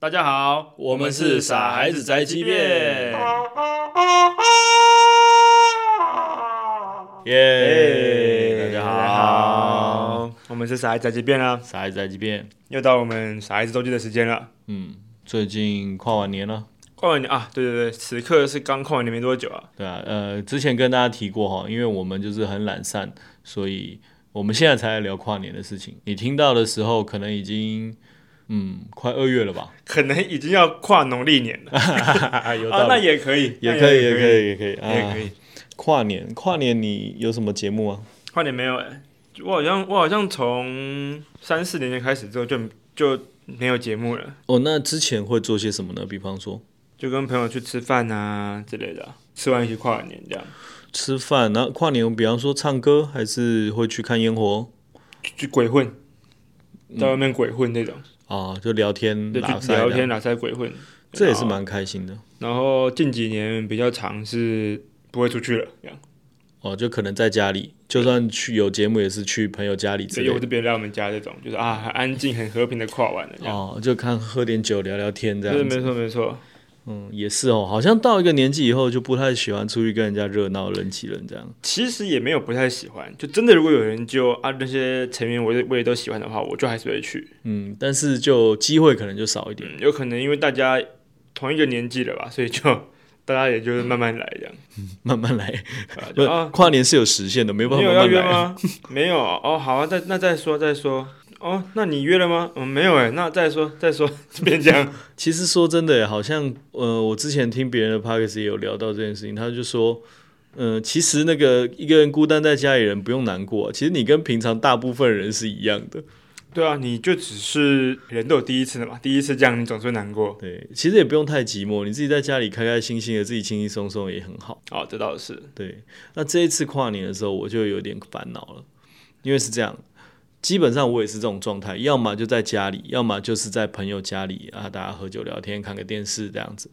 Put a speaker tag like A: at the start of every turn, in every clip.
A: 大家好，
B: 我们是傻孩子宅急便耶、
C: 耶
B: 大
C: 大
B: 家
C: 家
B: 好，
C: 我们是傻孩子宅急便啦，
B: 傻孩子宅急便。
C: 又到我们傻孩子周记的时间了。
B: 嗯，最近跨完年了，
C: 跨完年啊，对对对，此刻是刚跨完年没多久啊。
B: 对啊，呃，之前跟大家提过哈，因为我们就是很懒散，所以我们现在才来聊跨年的事情。你听到的时候，可能已经嗯快二月了吧？
C: 可能已经要跨农历年了
B: 啊， 有
C: 啊，那也可以，
B: 也
C: 那
B: 可以，也
C: 也
B: 可以，也可以，
C: 可以，也
B: 啊
C: 可以。
B: 跨年，跨年你有什么节目啊？
C: 跨年没有哎，我好像我好像从三四年前开始之后就就没有节目了，
B: 哦，那之前会做些什么呢？比方说
C: 就跟朋友去吃饭啊之类的啊，吃完一起跨完年这样，
B: 吃饭，然后跨年，比方说唱歌，还是会去看烟火
C: 去去鬼混，在外面鬼混那种，
B: 啊，就聊天，
C: 就
B: 拉
C: 去
B: 嗯塞
C: 聊
B: 的
C: 天，拉塞鬼混，
B: 这也是
C: 蛮。
B: 蛮开心的
C: 然后近几年比较长是不会出去了，这样
B: 哦。就可能在家里，就算去有节目，也是去朋友家里之
C: 所以
B: 类
C: 又
B: 的
C: 是别人来我们家这种，就是啊，很安静、很和平的跨完了，这样。
B: 哦，就看喝点酒聊聊天这
C: 对，
B: 样
C: 没
B: 子。
C: 错没错，
B: 嗯，也是哦，好像到一个年纪以后，就不太喜欢出去跟人家热闹人挤人这样。
C: 其实也没有不太喜欢，就真的如果有人就啊那些成员我也我也都喜欢的话，我就还是会去。
B: 嗯，但是就机会可能就少一点。
C: 嗯，有可能因为大家同一个年纪了吧，所以就大家也就是慢慢来 这样。
B: 慢慢来，
C: 啊
B: 不、
C: 就是啊，
B: 跨年是有时限的，没有办
C: 你
B: 法
C: 有
B: 慢
C: 要
B: 慢
C: 约
B: 来。
C: 吗？没有哦，好啊，再那再说再说。哦，那你约了吗？嗯，没有哎，那再说再说， 就变这样。
B: 其实说真的耶，好像呃，我之前听别人的 p o d c a s t 也有聊到这件事情，他就说，呃，其实那个一个人孤单在家里人不用难过，啊其实你跟平常大部分人是一样的。
C: 对啊，你就只是人都有第一次的嘛，第一次这样你总是会难过。
B: 对，其实也不用太寂寞，你自己在家里开开心心的，自己轻轻松松也很好。
C: 哦，这倒是，
B: 对，那这一次跨年的时候，我就有点烦恼了，因为是这样，基本上我也是这种状态，要么就在家里，要么就是在朋友家里啊，大家喝酒聊天，看个电视这样子。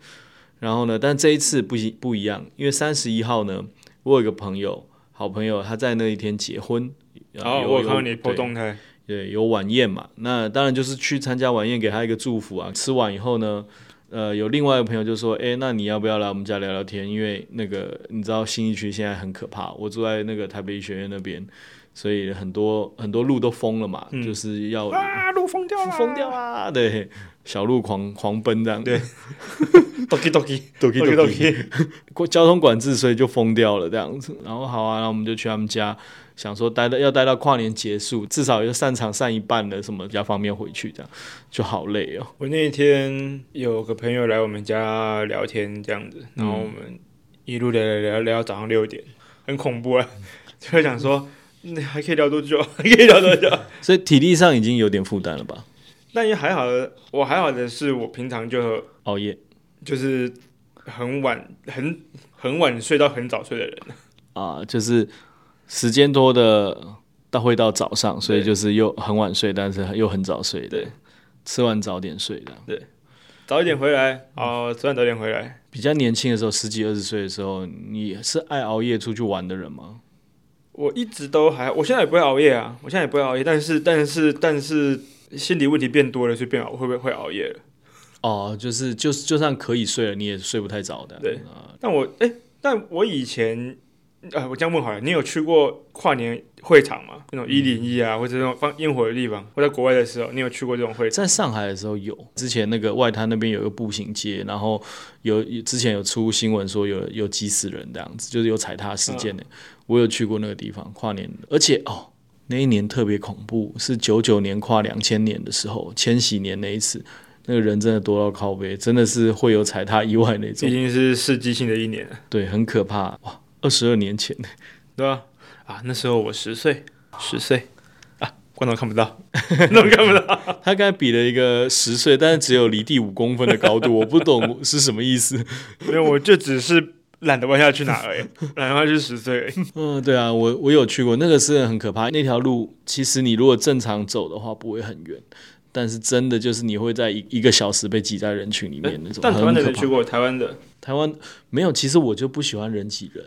B: 然后呢，但这一次不一不一样，因为三十一号呢，我有个朋友，好朋友，他在那一天结婚。
C: 然
B: 啊
C: 后
B: 有
C: 哦我有
B: 有
C: 看到你
B: 对
C: 破动态，
B: 对，有晚宴嘛，那当然就是去参加晚宴，给他一个祝福啊。吃完以后呢，呃，有另外一个朋友就说，诶，那你要不要来我们家聊聊天？因为那个你知道新一区现在很可怕，我住在那个台北医学院那边，所以很多很多路都封了嘛，就是要
C: 啊，路封掉了，
B: 封掉啦，对，小路狂狂奔这样，
C: 对 ，doki doki
B: doki
C: doki
B: doki
C: doki，
B: 过交通管制，所以就封掉了这样子。然后好啊，然后我们就去他们家，想说待到要待到跨年结束，至少也就散场散一半了，什么比较方便回去，这样就好累哦。
C: 我那一天有个朋友来我们家聊天这样子，然后
B: 嗯
C: 我们一路聊聊聊聊到早上六点，很恐怖啊， 就会想说，那还可以聊多久？ 还可以聊多久？
B: 所以体力上已经有点负担了吧？
C: 但也还好的，我还好的是我平常就
B: 熬夜
C: 就是很晚很很晚睡到很早睡的人，
B: 啊、就是时间多的到会到早上，所以就是又很晚睡，但是又很早睡。
C: 对，
B: 吃完早点睡这样。
C: 早一点回来，哦，吃饭早点回来。
B: 比较年轻的时候，十几二十岁的时候，你是爱熬夜出去玩的人吗？
C: 我一直都还，我现在也不会熬夜啊，我现在也不会熬夜，但是但是但是心理问题变多了，所以变熬会不会会熬夜了？
B: 哦，就是就就算可以睡了，你也睡不太早的。
C: 对
B: 啊
C: 但我哎、但我以前啊，我这样问好了，你有去过跨年会场吗？那种一零一啊，或者那种放烟火的地方？我在国外的时候，你有去过这种会场？
B: 在上海的时候有，之前那个外滩那边有一个步行街，然后有之前有出新闻说有有急死人这样子，就是有踩踏事件的。我有去过那个地方跨年，而且哦，那一年特别恐怖，是九九年跨两千年的时候，千禧年那一次，那个人真的多到靠背，真的是会有踩踏意外那
C: 已
B: 种，
C: 经是世纪性的一年了， 啊
B: 对，很可怕哇！二十二年前，
C: 对吧、啊？那时候我十岁，十岁啊，观众看不到，观众看不到。
B: 他刚才比了一个十岁，但是只有离地五公分的高度，我不懂是什么意思。
C: 没有，我就只是懒得弯下去拿而已，懒得弯下去十岁而已。
B: 嗯，对啊，我我有去过，那个是很可怕。那条路其实你如果正常走的话，不会很远，但是真的就是你会在一一个小时被挤在人群里面那种，
C: 但台湾的
B: 很
C: 人
B: 可
C: 去
B: 怕。
C: 过，台湾的，
B: 台湾没有，其实我就不喜欢人挤人。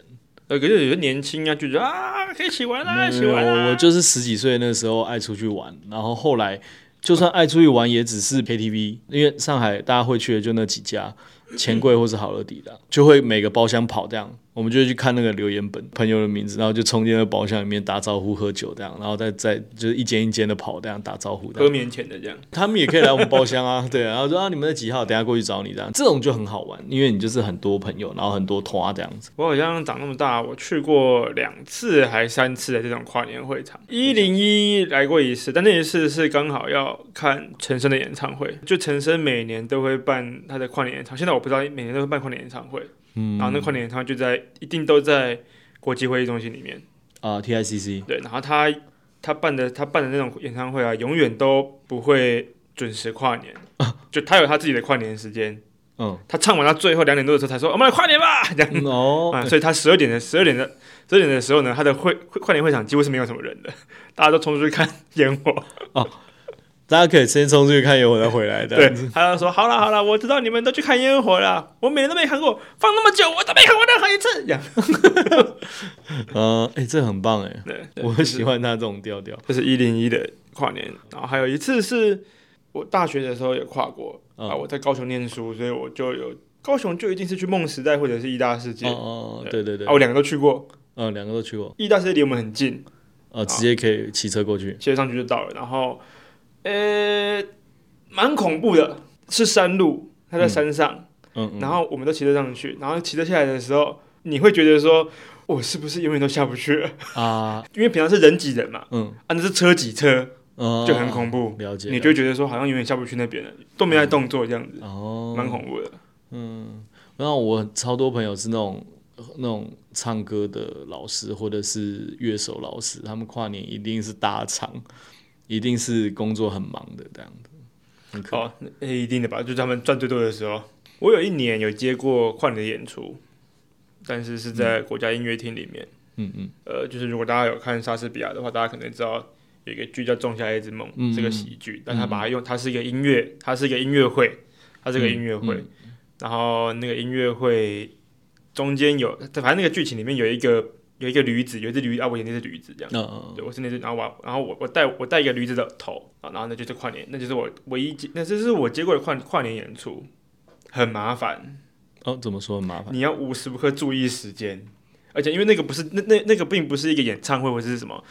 C: 呃，可是有些年轻啊，就觉得啊，可以一起玩啦，一起
B: 没有
C: 玩啦。
B: 我就是十几岁那时候爱出去玩，然后后来就算爱出去玩，也只是 KTV，因为上海大家会去的就那几家，钱柜或是好乐迪的，就会每个包厢跑这样。我们就会去看那个留言本朋友的名字，然后就冲进那包厢里面打招呼、喝酒这样，然后再再就是一间一间的跑这样打招呼这
C: 喝
B: 样。
C: 免钱的这样，
B: 他们也可以来我们包厢啊，对，然后说啊你们在几号，等一下过去找你这样，这种就很好玩，因为你就是很多朋友，然后很多团这样子。
C: 我好像长那么大，我去过两次还三次的这种跨年会场。一零一来过一次，但那一次是刚好要看陈升的演唱会，就陈升每年都会办他的跨年演唱，现在我不知道每年都会办跨年演唱会，
B: 嗯
C: 然后那跨年演唱会就在一定都在国际会议中心里面，
B: 啊、t i c c
C: 对，然后他他办的他办的那种演唱会啊，永远都不会准时跨年，
B: 啊
C: 就他有他自己的跨年时间，
B: 嗯，
C: 他唱完到最后两点多的时候才说我们来跨年吧，这样。
B: 嗯哦，
C: 啊，所以他十二点的十二点的十二点的时候呢，他的会会跨年会场几乎是没有什么人的，大家都冲出去看烟火。
B: 大家可以先冲出去看烟火再回来的。
C: 对，他就说好啦好啦，我知道你们都去看烟火啦，我每年都没看过，放那么久我都没看过任何一次。这样，
B: 呃，哎、这很棒哎，
C: 对，对
B: 我喜欢他这种调调。
C: 这是一零一的跨年，然后还有一次是我大学的时候也跨过、
B: 嗯
C: 啊，我在高雄念书，所以我就有高雄就一定是去梦时代或者是义大世界、
B: 哦哦，哦对对对
C: 啊，，我两个都去过，
B: 呃，两个都去过，
C: 义大世界离我们很近，
B: 呃，直接可以骑车过去。
C: 接上去就到了。然后，呃，蛮恐怖的，是山路，它在山上，
B: 嗯嗯，
C: 然后我们都骑车上去，然后骑车下来的时候，你会觉得说，我是不是永远都下不去了？
B: 啊，
C: 因为平常是人挤人嘛，
B: 嗯，
C: 啊，那是车挤车，
B: 呃，
C: 就很恐怖，
B: 了解。
C: 你就会觉得说好像永远下不去那边了，都没在动作这样子，
B: 哦，
C: 蛮恐怖的。
B: 嗯，然后我超多朋友是那种那种唱歌的老师或者是乐手老师，他们跨年一定是大场，一定是工作很忙的这样子，很可
C: 哦，那一定的吧，就是他们赚最多的时候。我有一年有接过跨年的演出，但是是在国家音乐厅里面。
B: 嗯嗯
C: 呃，就是如果大家有看莎士比亚的话，大家可能知道有一个剧叫《仲夏夜之梦》，
B: 嗯
C: 是个喜剧，但他把它用，它是一个音乐，它是一个音乐会，它是一个音乐会，
B: 嗯
C: 然后那个音乐会中间有，反正那个剧情里面有一个有一个驴子，有一只驴啊，我演那只驴子这样。
B: 嗯嗯
C: 对，我是那只，然后我，然后我，我戴我戴一个驴子的头，啊然后那就是跨年，那就是我唯一接，那这是我接过的跨跨年演出，很麻烦，
B: 哦，怎么说很麻烦？
C: 你要无时无刻注意时间，而且因为那个不是那那那个并不是一个演唱会或是什么，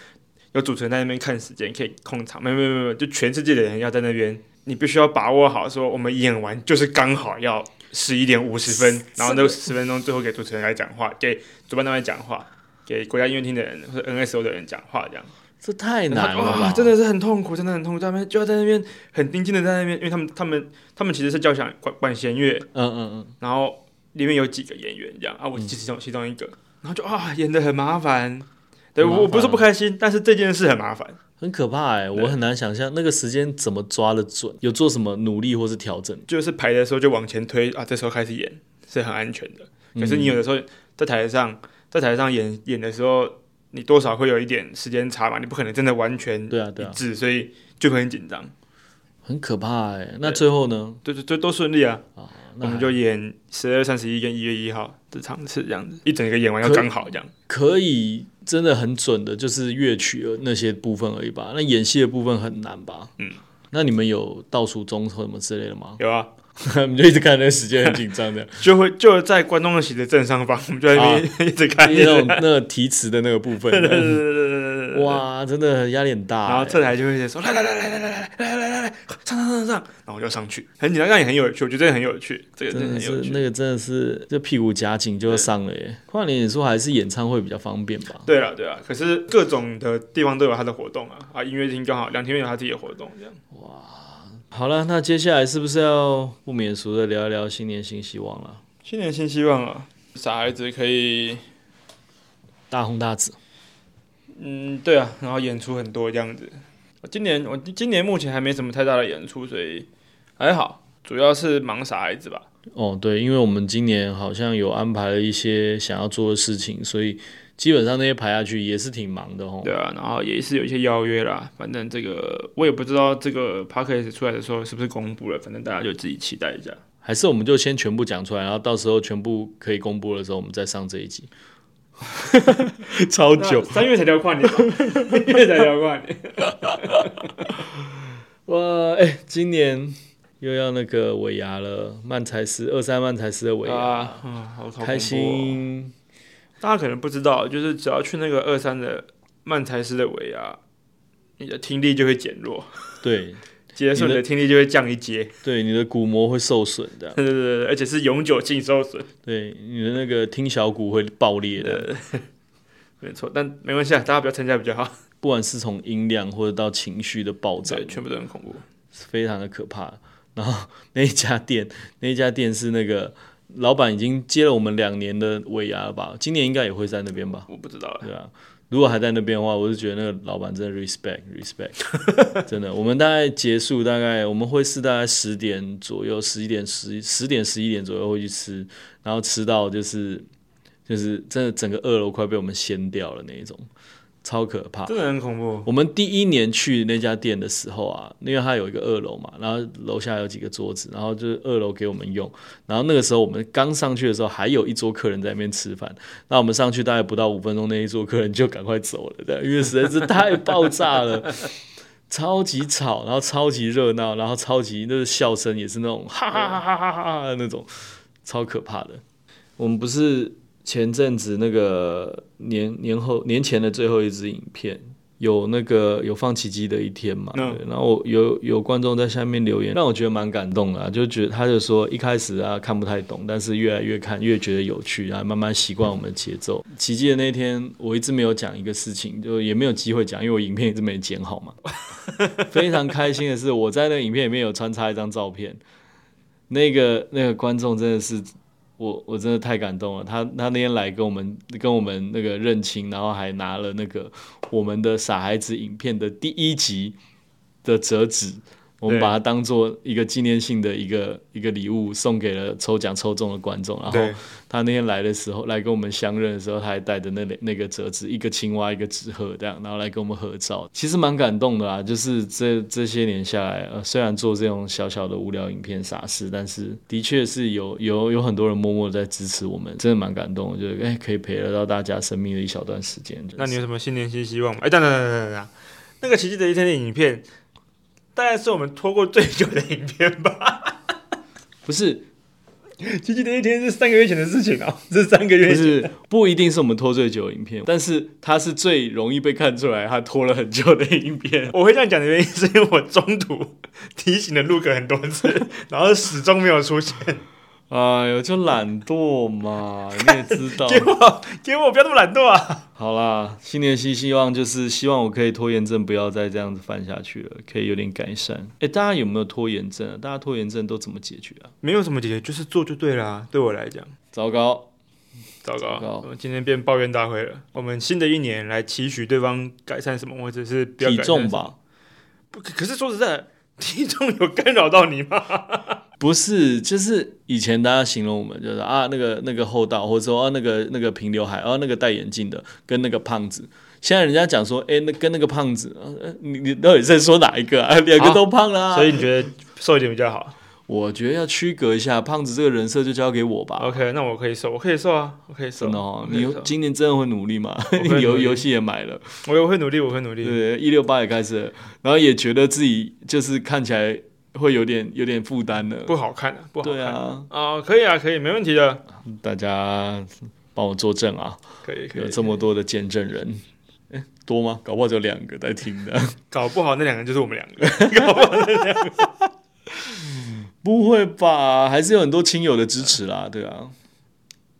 C: 有主持人在那边看时间可以控场，没有没有没有没有，就全世界的人要在那边，你必须要把握好，说我们演完就是刚好要十一点五十分，然后那十分钟最后给主持人来讲话，给主办单位讲话。给国家音乐厅的人或者 NSO 的人讲话，这样
B: 这太难了
C: 哇
B: 吧？
C: 真的是很痛苦，真的很痛苦。在那边就要在那边很盯紧的在那边，因为他们他们他们其实是交响管管弦乐，
B: 嗯嗯嗯。
C: 然后里面有几个演员这样啊，我其中其中一个，然后就啊演的很麻烦，对
B: 很麻
C: 我
B: 烦
C: 我不是不开心，但是这件事很麻烦，
B: 很可怕哎、我很难想象那个时间怎么抓的准，有做什么努力或是调整？
C: 就是排的时候就往前推啊，这时候开始演是很安全的，可是你有的
B: 嗯
C: 时候在台上在台上演演的时候，你多少会有一点时间差嘛，你不可能真的完全
B: 对啊，对
C: 一
B: 啊，
C: 致，所以就会很紧张，
B: 很可怕哎、那最后呢？
C: 对对对，都顺利啊，
B: 啊，那
C: 我们就演十二、三十一跟一月一号这场次这样子，一整个演完要
B: 可以
C: 刚好这样。
B: 可以真的很准的，就是乐曲的那些部分而已吧。那演戏的部分很难吧？
C: 嗯。
B: 那你们有倒数钟什么之类 的吗？
C: 有啊，
B: 你们就一直看那个时间，很紧 张的，
C: 就会就在观众席的正上方，我们就在那边、 一直啊看，一
B: 那
C: 直
B: 种
C: 看
B: 那个提词的那个部
C: 对对 对
B: 分，
C: 对对对对
B: 哇，真的压力很大、
C: 然后
B: 欸
C: 这台就会说来来来来来来来来来来来上上上上，然后我就上去，很简单，让你很有趣，我觉得这个很有趣，这个真
B: 真
C: 的
B: 的
C: 很有趣。
B: 是那个真的是，这屁股夹紧就要上了耶。跨年演出还是演唱会比较方便吧？
C: 对啊了对了，可是各种的地方都有它的活动啊啊，音乐厅刚好两天有它自己的活动，这样
B: 好了，那接下来是不是要不免俗的聊一聊新年新希望了？
C: 新年新希望啊，傻孩子可以
B: 大红大紫，
C: 嗯对啊，然后演出很多这样子。我今年我今年目前还没什么太大的演出，所以还好，主要是忙傻孩子吧。
B: 哦，对，因为我们今年好像有安排了一些想要做的事情，所以基本上那些排下去也是挺忙的哦。
C: 对啊，然后也是有一些邀约啦。反正这个我也不知道这个 p a c k a g e 出来的时候是不是公布了，反正大家就自己期待一下。
B: 还是我们就先全部讲出来，然后到时候全部可以公布的时候，我们再上这 一集。超久，
C: 三月才聊跨年，一月才聊跨年。
B: 哇，哎、今年又要那个尾牙了，曼才斯二三曼才斯的尾牙，
C: 啊，嗯，好好
B: 开
C: 恐怖哦。
B: 心。
C: 大家可能不知道，就是只要去那个二三的曼才斯的尾牙，你的听力就会减弱，
B: 对
C: 接受你的听力就会降一阶。
B: 对，你的骨膜会受损 的，
C: 对对对，对而且是永久性受损。
B: 对，你的那个听小骨会爆裂的，
C: 没错，但没关系啊，大家不要参加比较好。
B: 不管是从音量或者到情绪的暴 涨
C: 对，，全部都很恐怖。
B: 非常的可怕。然后那一家店， 那一家店是那个老板已经接了我们两年的尾牙了吧？今年应该也会在那边吧？
C: 我不知道啊，
B: 对啊，如果还在那边的话，我就觉得那个老板真的 respect respect，真的。我们大概结束大概我们会是大概十点左右，十一点十十点十一点左右会去吃，然后吃到就是就是真的整个二楼快被我们掀掉了那一种，超可怕。
C: 真的很恐怖。
B: 我们第一年去那家店的时候啊，因为它有一个二楼嘛，然后楼下有几个桌子，然后就是二楼给我们用。然后那个时候我们刚上去的时候，还有一桌客人在那边吃饭。那我们上去大概不到五分钟，那一桌客人就赶快走了，这样因为实在是太爆炸了。超级吵，然后超级热闹，然后超级那个笑声也是那种哈哈哈哈哈哈哈那种，超可怕的。我们不是前阵子那个年年后年前的最后一支影片，有那个有放奇迹的一天嘛？
C: 嗯
B: 对然后我有有观众在下面留言，让我觉得蛮感动的、啊，就觉得他就说一开始啊看不太懂，但是越来越看越觉得有趣，然后慢慢习惯我们的节奏。奇迹的那天，我一直没有讲一个事情，就也没有机会讲，因为我影片一直没剪好嘛。 非常开心的是，我在那个影片里面有穿插一张照片，那个那个观众真的是我我真的太感动了。他他那天来跟我们跟我们那个认亲，然后还拿了那个我们的傻孩子影片的第一集的折纸，我们
C: 对
B: 把它当做一个纪念性的一个一个礼物送给了抽奖抽中的观众。然后
C: 对，
B: 他那天来的时候，来跟我们相认的时候，他还带着那两那个折纸，一个青蛙，一个纸鹤，这样，然后来跟我们合照，其实蛮感动的啊。就是这这些年下来，呃，虽然做这种小小的无聊影片傻事，但是的确是有有有很多人默默地在支持我们，真的蛮感动的。就是哎，可以陪得到大家生命的一小段时间。
C: 那你
B: 就
C: 有
B: 是
C: 什么新年新希望吗？哎，等等等等等等，那个奇迹的一天的影片，大概是我们拖过最久的影片吧。
B: 不是
C: 奇迹的一天是三个月前的事情哦， 这三个
B: 不
C: 月
B: 是不一定是我们拖最久的影片，但是它是最容易被看出来它拖了很久的影片。
C: 我会这样讲的原因，是因为我中途提醒了陆哥很多次， 然后始终没有出现。
B: 哎呦，就懒惰嘛，你也知道。
C: 结果，结果我不要那么懒惰啊！
B: 好啦，新年新希望就是希望我可以拖延症不要再这样子犯下去了，可以有点改善。哎，大家有没有拖延症啊？大家拖延症都怎么解决啊？
C: 没有什么解决，就是做就对啦、对我来讲，
B: 糟糕，
C: 糟
B: 糟糕
C: 糕，我今天变抱怨大会了。我们新的一年来期许对方改善什么，或者是不要
B: 体
C: 改善
B: 重
C: 什么。
B: 吧？
C: 不，可可是说实在 的，体重有干扰到你 吗？
B: 不是，就是以前大家形容我们就是啊那个那个厚道，或者说啊那个那个平刘海，啊那个戴眼镜的跟那个胖子。现在人家讲说，哎、那跟那个胖子，啊呃你你到底在说哪一个啊？两个都胖啦、
C: 所以你觉得瘦一点比较好
B: 我觉得要区隔一下，胖子这个人设就交给我吧。
C: ？OK，那我可以瘦，我可以瘦啊，我可以瘦。
B: 真的哦，
C: 我可以
B: 你
C: 瘦
B: 今年真的会努力吗？
C: 会努力嗯
B: 游游戏也买了，
C: 我我会努力，我会努力。
B: 对，一六八也开始了，然后也觉得自己就是看起来会有点有点负担了。
C: 不好看啊，不好看。
B: 对啊，
C: 哦，可以啊，可以，没问题的，
B: 大家帮我作证啊，
C: 可以可
B: 有
C: 以。
B: 这么多的见证人，诶多吗？搞不好只有两个在听的。
C: 搞不好那两个就是我们两个。
B: 不会吧？还是有很多亲友的支持啦，对啊。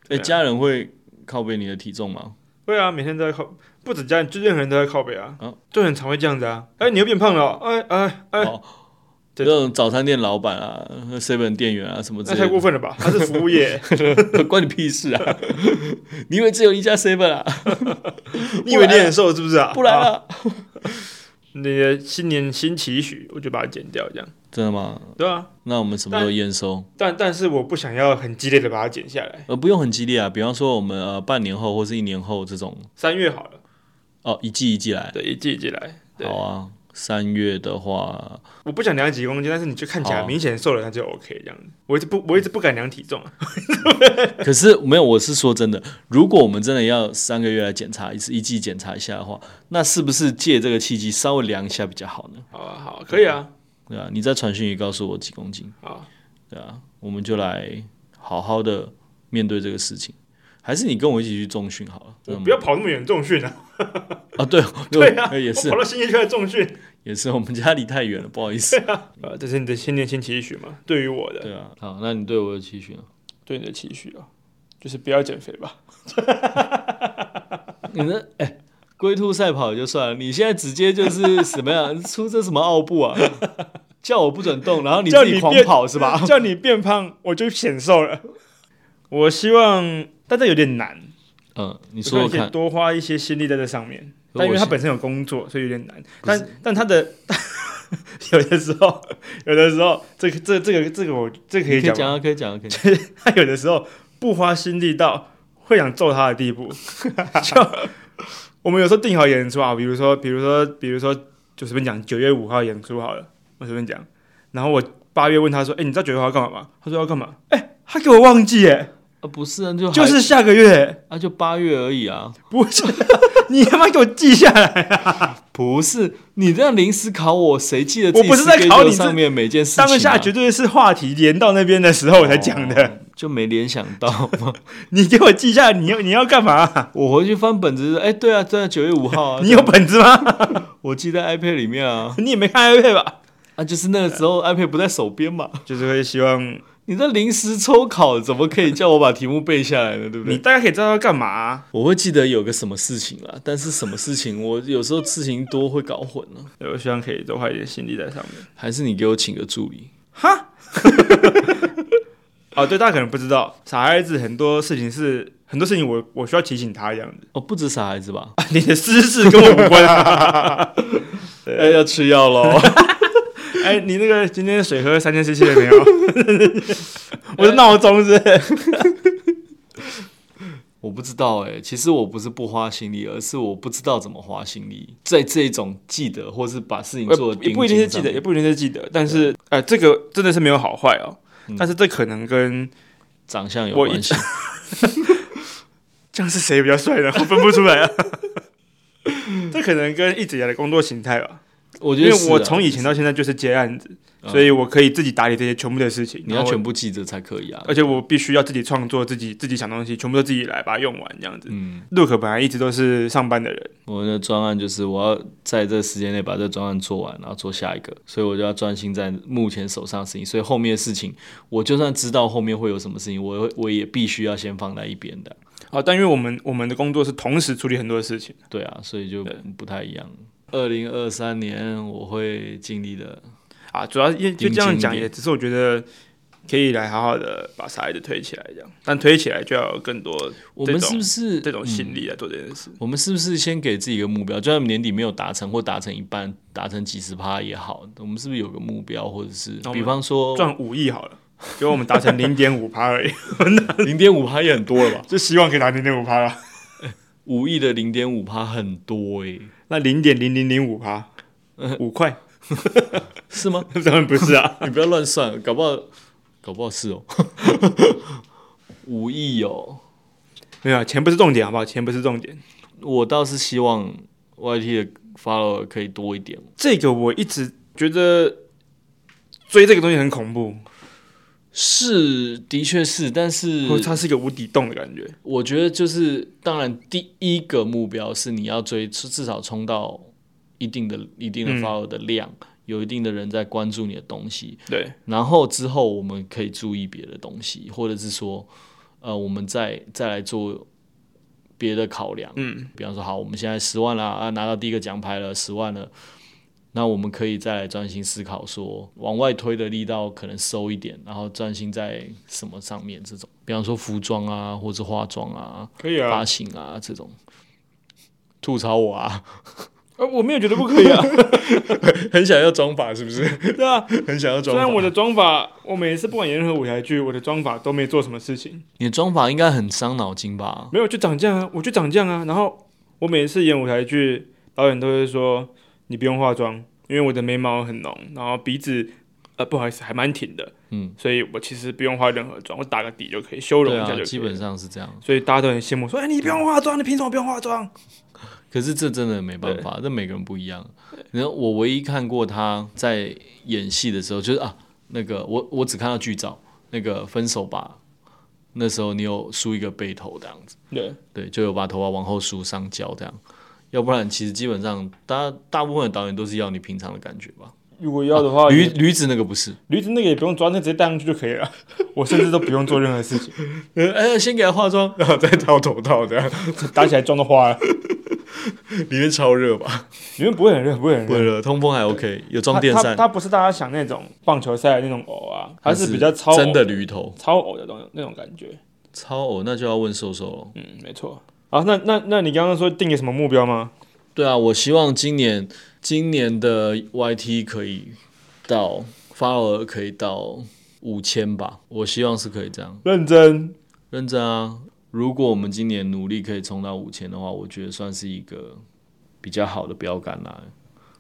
B: 哎、
C: 对啊
B: 家人会靠背你的体重吗？
C: 对啊，每天都在靠，不止家人，就任何人都在靠北啊，
B: 啊
C: 就很常会这样子啊。哎，你又变胖了哦，哎哎哎，
B: 哦，
C: 对
B: 那种早餐店老板啊，seven 店员啊什么之
C: 那
B: 类的
C: 太，过分 了吧？他是服务业，
B: 关你屁事啊！你以为只有一家 seven 啊？
C: 你以为你很瘦是不是啊？
B: 不然
C: 啊，
B: 啊？
C: 你的新年新期许，我就把它剪掉，这样
B: 真的吗？
C: 对啊。
B: 那我们什么时候验收？
C: 但但是我不想要很激烈的把它剪下来，
B: 呃，不用很激烈啊，比方说我们呃半年后或是一年后这种，
C: 三月好了，
B: 哦，一季一季来，
C: 对，一季一季来。对
B: 好啊。三月的话，
C: 我不想量几公斤，但是你就看起来
B: 好
C: 明显瘦了，那就 OK 这样子。我一直不，我一直不敢量体重啊。
B: 可是没有，我是说真的，如果我们真的要三个月来检查一次，一季检查一下的话，那是不是借这个契机稍微量一下比较好呢？
C: 好啊，好啊，可以啊，
B: 对啊，你在传讯也告诉我几公斤，
C: 好，
B: 对啊，我们就来好好的面对这个事情。还是你跟我一起去重训好了，
C: 我
B: 嗯
C: 不要跑那么远重训啊！
B: 啊， 对，
C: 对啊，
B: 呃也
C: 我
B: 是
C: 跑到新一区来重训。
B: 也是，我们家离太远了，不好意思。
C: 呃，这是你的新年新期许嘛？对于我的，
B: 对啊，好，那你对我有期许吗？
C: 对你的期许啊，就是不要减肥吧。
B: 你那哎，龟兔赛跑也就算了，你现在直接就是什么呀？ 出这什么奥步啊？叫我不准动，然后你
C: 叫
B: 自
C: 你
B: 己狂
C: 变
B: 跑是吧？
C: 叫你变胖，我就显瘦了。我希望，但这有点难。
B: 嗯，你
C: 所
B: 说
C: 以
B: 我
C: 可以
B: 看，
C: 多花一些心力在这上面，
B: 可
C: 但因为
B: 我
C: 他
B: 是
C: 本身有工作，所以有点难。
B: 不是
C: 但但他的 有的时候，有的时候，这个这这个这个我这个可以
B: 你可以
C: 讲
B: 讲
C: 吗，
B: 啊，可以讲啊，可以讲。
C: 他有的时候不花心力到会想揍他的地步。 就我们有时候定好演出啊，比如说比如说比如说，就随便讲九月五号演出好了，我随便讲。然后我八月问他说：“哎、你知道九月五号要干嘛吗？”他说：“要干嘛？”哎、他给我忘记哎，
B: 啊，不是啊，就
C: 就
B: 还
C: 是下个月，
B: 啊，就八月而已啊，
C: 不是你他妈给我记下来。
B: 不是你这样临时考我，谁记得自
C: 我
B: 己
C: 不是在
B: schedule
C: 考你这
B: 上面每件事情、啊？
C: 当下绝对是话题连到那边的时候我才讲的。
B: 哦就没联想到嘛。
C: 你给我记下，你要你要干嘛、
B: 我回去翻本子，哎、对啊，对啊，九月五号 啊，
C: 你有本子吗？
B: 我记在 iPad 里面 啊，
C: 你也没看 iPad 吧？
B: 啊，就是那个时候 iPad 不在手边嘛。
C: 就是会希望
B: 你这临时抽考，怎么可以叫我把题目背下来呢？对不
C: 你
B: 对？
C: 大概可以知道要干嘛、
B: 我会记得有个什么事情啦，但是什么事情我有时候事情多会搞混了、
C: 对我希望可以多花一点心力在上面。
B: 还是你给我请个助理，
C: 哦，对，大家可能不知道，傻孩子很多事情是很多事情我我需要提醒他这样子。
B: 哦，不止傻孩子吧？
C: 你的私事跟我无关 啊。
B: 哎、要吃药喽。
C: 哎，你那个今天水喝三千 CC 了没 有？我的闹钟是不是
B: 我不知道哎、其实我不是不花心力，而是我不知道怎么花心力，在这一种记得或是把事情做的
C: 呃也不一定是记得，也不一定是记得，但是呃，这个真的是没有好坏哦。
B: 嗯
C: 但是这可能跟
B: 长相有
C: 我
B: 关系。
C: 这样是谁比较帅呢？我分不出来 啊。这可能跟一直以来的工作形态吧，
B: 我
C: 因
B: 觉
C: 为
B: 得是啊
C: 我从以前到现在就是接案子，
B: 嗯
C: 所以我可以自己打理这些全部的事情。
B: 你要
C: 然后
B: 全部记着才可以啊
C: 我，。而且我必须要自己创作，自己自己想东西，全部都自己来把它用完这样子。
B: 嗯，
C: Look 本来一直都是上班的人，
B: 我的专案就是我要在这时间内把这专案做完，然后做下一个，所以我就要专心在目前手上的事情。所以后面的事情，我就算知道后面会有什么事情，我会我也必须要先放在一边的。
C: 哦，但因为我们我们的工作是同时处理很多事情，
B: 对啊，所以就不太一样。二零二三年我会尽力的。
C: 啊，主要因为就这样
B: 盯紧
C: 讲，
B: 一点
C: 也只是我觉得可以来好好的把傻孩子推起来这样，但推起来就要有更多
B: 我
C: 这
B: 们
C: 种
B: 是不是嗯
C: 这种心力来做这件事。
B: 我们是不是先给自己一个目标？就算年底没有达成，或达成一半，达成几十趴也好，我们是不是有个目标，或者是
C: 那我们
B: 比方说
C: 赚五亿好了，结果我们达成零点五趴而已，
B: 零点五趴也很多了吧？
C: 就希望可以达零点五趴了。
B: 五亿的零点五趴很多欸诶、
C: 那零点零零零五趴，五块，
B: 是吗？
C: 当然不是啊。
B: 你不要乱算，搞不好搞不好是哦， 五亿哦，
C: 没有啊，钱不是重点，好不好？钱不是重点。
B: 我倒是希望 YT 的 follower 可以多一点。
C: 这个我一直觉得追这个东西很恐怖，
B: 是，的确是，但是
C: 或者它是一个无底洞的感觉。
B: 我觉得就是，当然第一个目标是你要追，至至少冲到一定的、一定的
C: 嗯
B: follow 的量，有一定的人在关注你的东西。
C: 对，
B: 然后之后我们可以注意别的东西，或者是说，呃，我们再再来做别的考量。
C: 嗯，
B: 比方说，好，我们现在十万啦，啊，拿到第一个奖牌了，十万了。那我们可以再来专心思考说往外推的力道可能收一点，然后专心在什么上面这种，比方说服装啊，或者化妆啊，
C: 可以
B: 发。型啊这种，吐槽我啊，
C: 呃，我没有觉得不可 以啊。
B: 很想要妆法是不是？
C: 对啊，
B: 很想要
C: 虽
B: 妆
C: 然
B: 法。
C: 我的妆法，我每一次不管演任何舞台剧，我的妆法都没做什么事情，
B: 你的妆法应该很伤脑筋吧？
C: 没有就长这样啊，我就长这样啊。然后我每一次演舞台剧，导演都会说你不用化妆，因为我的眉毛很浓，然后鼻子呃，不好意思，还蛮挺的，
B: 嗯，
C: 所以我其实不用化任何妆，我打个底就可以，修容
B: 对
C: 一下就可以
B: 啊，
C: 了
B: 基本，上是这样。
C: 所以大家都很羡慕，说，哎、你不用化妆，你凭什么不用化妆？
B: 可是这真的没办法，这每个人不一样。然后我唯一看过他在演戏的时候，就是啊，那个我我只看到剧照，那个分手吧，那时候你有梳一个背头这样子，
C: 对，
B: 对，就有把头发往后梳上胶这样。要不然，其实基本上大大部分的导演都是要你平常的感觉吧。
C: 如果要的话，
B: 驴
C: 驴
B: 驴子那个不是，
C: 驴子那个也不用抓，那直接戴上去就可以了。 我甚至都不用做任何事情，
B: 呃，哎先给他化 妆，
C: 然后再套头套这样，打起来妆都花了。
B: 里面超热吧？
C: 里面不会很热，不会很
B: 不
C: 热。
B: 热，通风还 OK，有装
C: 它
B: 电
C: 它
B: 扇，
C: 它不是大家想那种棒球赛的那种偶啊，它是比较超偶
B: 真的驴头，
C: 超偶的那种那种感觉。
B: 超偶，那就要问瘦瘦了。
C: 嗯，没错。啊，那那那你刚刚说定个什么目标吗？
B: 对啊，我希望今年今年的 YT 可以到 follower 可以到五千吧，我希望是可以这样。
C: 认真，
B: 认真啊，如果我们今年努力可以冲到五千的话，我觉得算是一个比较好的标杆啦。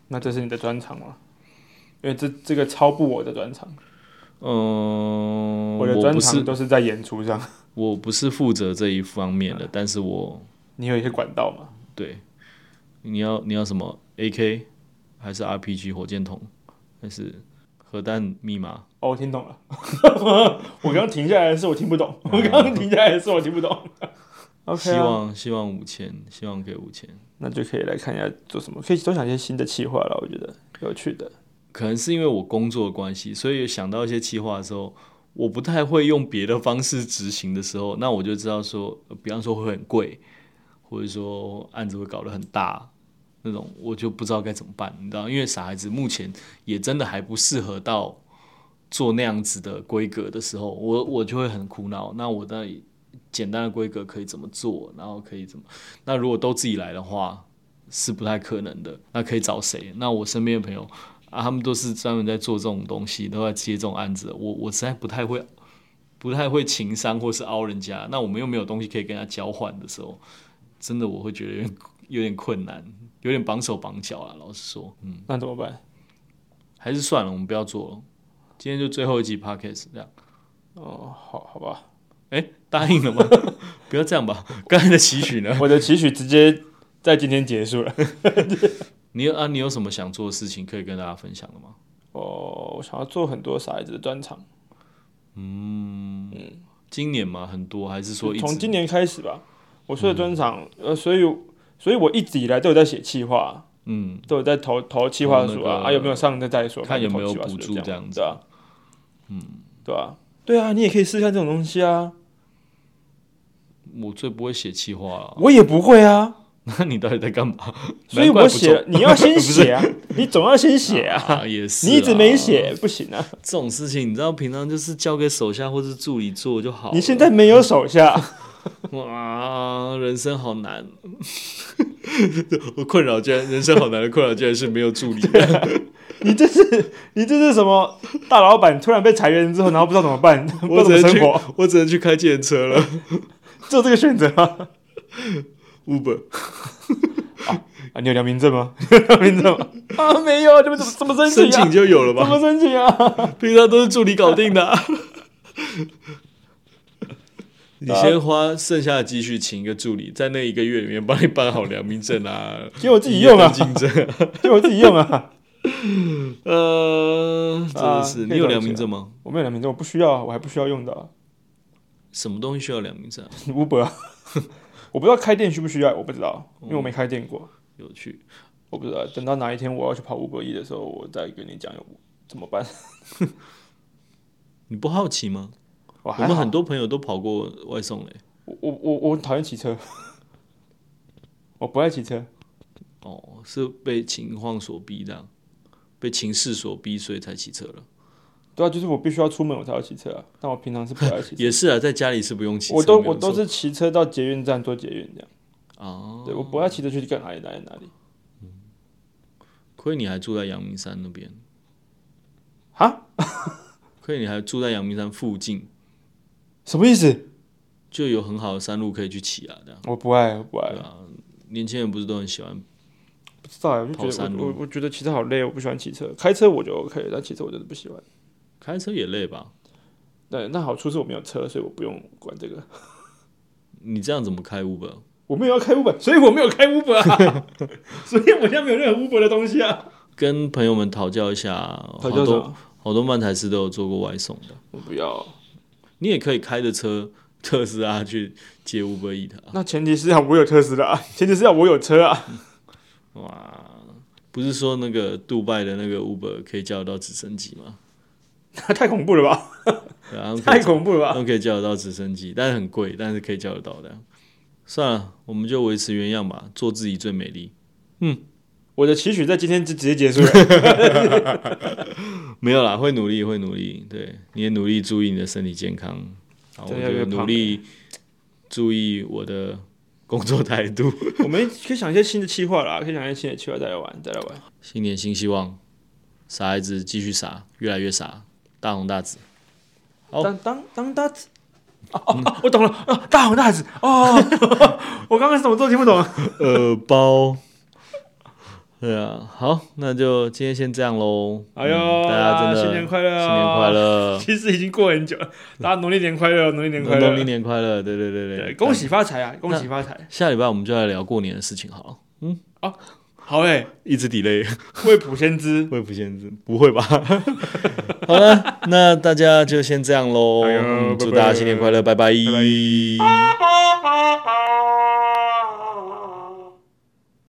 C: 那这是你的专场吗？因为这这个超不我的专场，
B: 嗯，
C: 我的
B: 我
C: 专
B: 不
C: 场
B: 是
C: 都是在演出上。
B: 我不是负责这一方面的，但是我
C: 你有一些管道吗？
B: 对你要你要什么 AK 还是 RPG 火箭筒还是核弹密码？
C: 哦，我听懂了。 我刚刚停下来是我听不懂，我刚刚停下来是我听不 懂。OK，
B: 嗯希
C: 啊、
B: 望希望五千，希望给五千。
C: 那就可以来看一下做什么，可以多想一些新的企划了。我觉得有趣的。
B: 可能是因为我工作的关系，所以想到一些企划的时候，我不太会用别的方式执行的时候，那我就知道说，呃比方说会很贵，或者说案子会搞得很大，那种我就不知道该怎么办，你知道？因为傻孩子目前也真的还不适合到做那样子的规格的时候，我我就会很苦恼。那我到底简单的规格可以怎么做？然后可以怎么？那如果都自己来的话，是不太可能的。那可以找谁？那我身边的朋友啊，他们都是专门在做这种东西，都在接这种案子的。我我实在不太会，不太会情商或是凹人家。那我们又没有东西可以跟他交换的时候，真的我会觉得有点有点困难，有点绑手绑脚啊。老实说，嗯，
C: 那怎么办？
B: 还是算了，我们不要做了。今天就最后一集 podcast 这样。
C: 哦，好好吧，
B: 哎、答应了吗？ 不要这样吧，刚才的期许呢？
C: 我的期许直接在今天结束了。
B: 你有啊，你有什么想做的事情可以跟大家分享的吗？
C: 哦，我想要做很多傻孩子的专场，
B: 今年吗？很多还是说一直嗯
C: 从今年开始吧。我说的专场，呃，所以所以我一直以来都有在写企划，
B: 嗯，
C: 都有在投投企划
B: 投
C: 书
B: 那
C: 啊，
B: 个
C: 啊有没有上再再说，
B: 看有没有
C: 投企划书
B: 补助
C: 就
B: 这
C: 这
B: 样子
C: 子啊，嗯，对啊，对啊，你也可以试一下这种东西啊，
B: 我最不会写企划了。
C: 我也不会啊，
B: 那你到底在干嘛？
C: 所以
B: 哦难怪
C: 我
B: 不中
C: 写你要 先写啊，你总要先写啊，
B: 啊，也是啊
C: 你一直没写不行啊，
B: 这种事情，你知道，平常就是交给手下或是助理做就好了。
C: 你现在没有手下，
B: 哇，人生好难。 我困扰居然人生好难的困扰居然是没有助理，
C: 你这是你这是什么大老板突然被裁员之后，然后不知道怎么 办，不
B: 我
C: 知道怎
B: 只能
C: 么
B: 去
C: 生活，，
B: 我只能去开电车了。
C: 只有这个选择吗？
B: Uber，
C: 啊，你有良民证吗？你有良民证吗？ 啊，没有，你们怎么怎么申
B: 申
C: 请啊
B: 请？就有了
C: 怎么
B: 吧？
C: 申请啊？
B: 平常都是助理搞定的啊、 你先花剩下的积蓄请一个助理，在那一个月里面帮你办好良民证啊，
C: 给我自己用啊
B: 竞争 啊。
C: 就我自己用啊，
B: 呃，真的
C: 可
B: 是，
C: 以
B: 你有
C: 了
B: 良
C: 解
B: 民证吗？
C: 我没有良民证，我不需要啊，我还不需要用到啊
B: 什么东西需要良民证啊？
C: Uber，啊 我不知道开店需不需要，我不知道，因为我没开店过，
B: 有趣，
C: 我不知道。等到哪一天我要去跑 Uber 一的时候，我再跟你讲有怎么办。
B: 你不好奇吗？
C: 我
B: 我
C: 还
B: 们
C: 好
B: 很，多朋友都跑过外送嘞。
C: 我我我我很讨厌骑车， 我不爱骑车。
B: 哦，是被情况所逼这样，被情势所逼，所以才骑车了。
C: 对啊，就是我必须要出门我才要骑车啊，但我平常是不爱骑车。
B: 也是啊，在家里是不 用骑车，
C: 我都
B: 没有
C: 我都
B: 错
C: 是骑车到捷运站坐捷运这样，
B: 哦，
C: 对，我不要骑车去干哪里哪里哪里。
B: 亏你还住在阳明山那边，
C: 哈？
B: 亏你还住在阳明山附近，
C: 什么意思？
B: 就有很好的山路可以去骑啊，这样。
C: 我不爱，我不爱
B: 对，啊，年轻人不是都很喜欢？
C: 不知道啊，我就
B: 跑
C: 觉得
B: 山
C: 我
B: 路
C: 我我觉得骑车好累，我不喜欢骑车，开车我就 OK，但骑车我就是不喜欢。
B: 开车也累吧？
C: 对，那好处是我没有车，所以我不用管这个。
B: 你这样怎么开 Uber？
C: 我没有要开 Uber，所以我没有开 Uber 啊， 所以我现在没有任何 Uber 的东西啊。
B: 跟朋友们讨教一下，哦好
C: 讨教什
B: 多
C: 么？
B: 好多漫才师都有做过外送的，
C: 我不要。
B: 你也可以开着车 特斯拉去接 Uber E 的、啊。
C: 那前提是要我有特斯拉，啊前提是要我有车啊。
B: 哇，不是说那个杜拜的那个 Uber 可以叫得到直升机吗？
C: 那太恐怖了吧？
B: 对啊，他们 可以
C: 太恐怖了
B: 他
C: 吧？
B: 们可以叫得到直升机，但是很贵，但是可以叫得到的。算了，我们就维持原样吧，做自己最美丽。
C: 我的期许在今天就直接结束了。
B: 没有啦，会努力，会努力。对，你也努力注意你的身体健康。好，我
C: 真的越
B: 就
C: 胖
B: 努力注意我的工作态度。
C: 我们可以想一些新的计划啦，可以想一些新的计划再来玩，再来玩。
B: 新年新希望，傻孩子继续傻，越来越傻，大红大紫。好
C: 当当当大子，哦哦哦，我懂了，啊，大红大紫 哦，我刚刚什么都听不懂。
B: 呃，包。对啊，好，那就今天先这样喽。
C: 哎呦
B: 嗯大家真的
C: 新年快乐
B: 新年快乐，
C: 其实已经过很久 了，大家农历年快乐，农历年快乐，
B: 农历年快乐，对对对
C: 对，
B: 对，
C: 恭喜发财啊，恭喜发财。
B: 下礼拜我们就来聊过年的事情好了，
C: 好哎、
B: 一直 delay，
C: 未卜先 知，
B: 未卜先知，不会吧？ 好了，那大家就先这样喽，
C: 哎呦
B: 嗯
C: 拜
B: 祝大家
C: 拜
B: 新年快乐，拜拜
C: 拜拜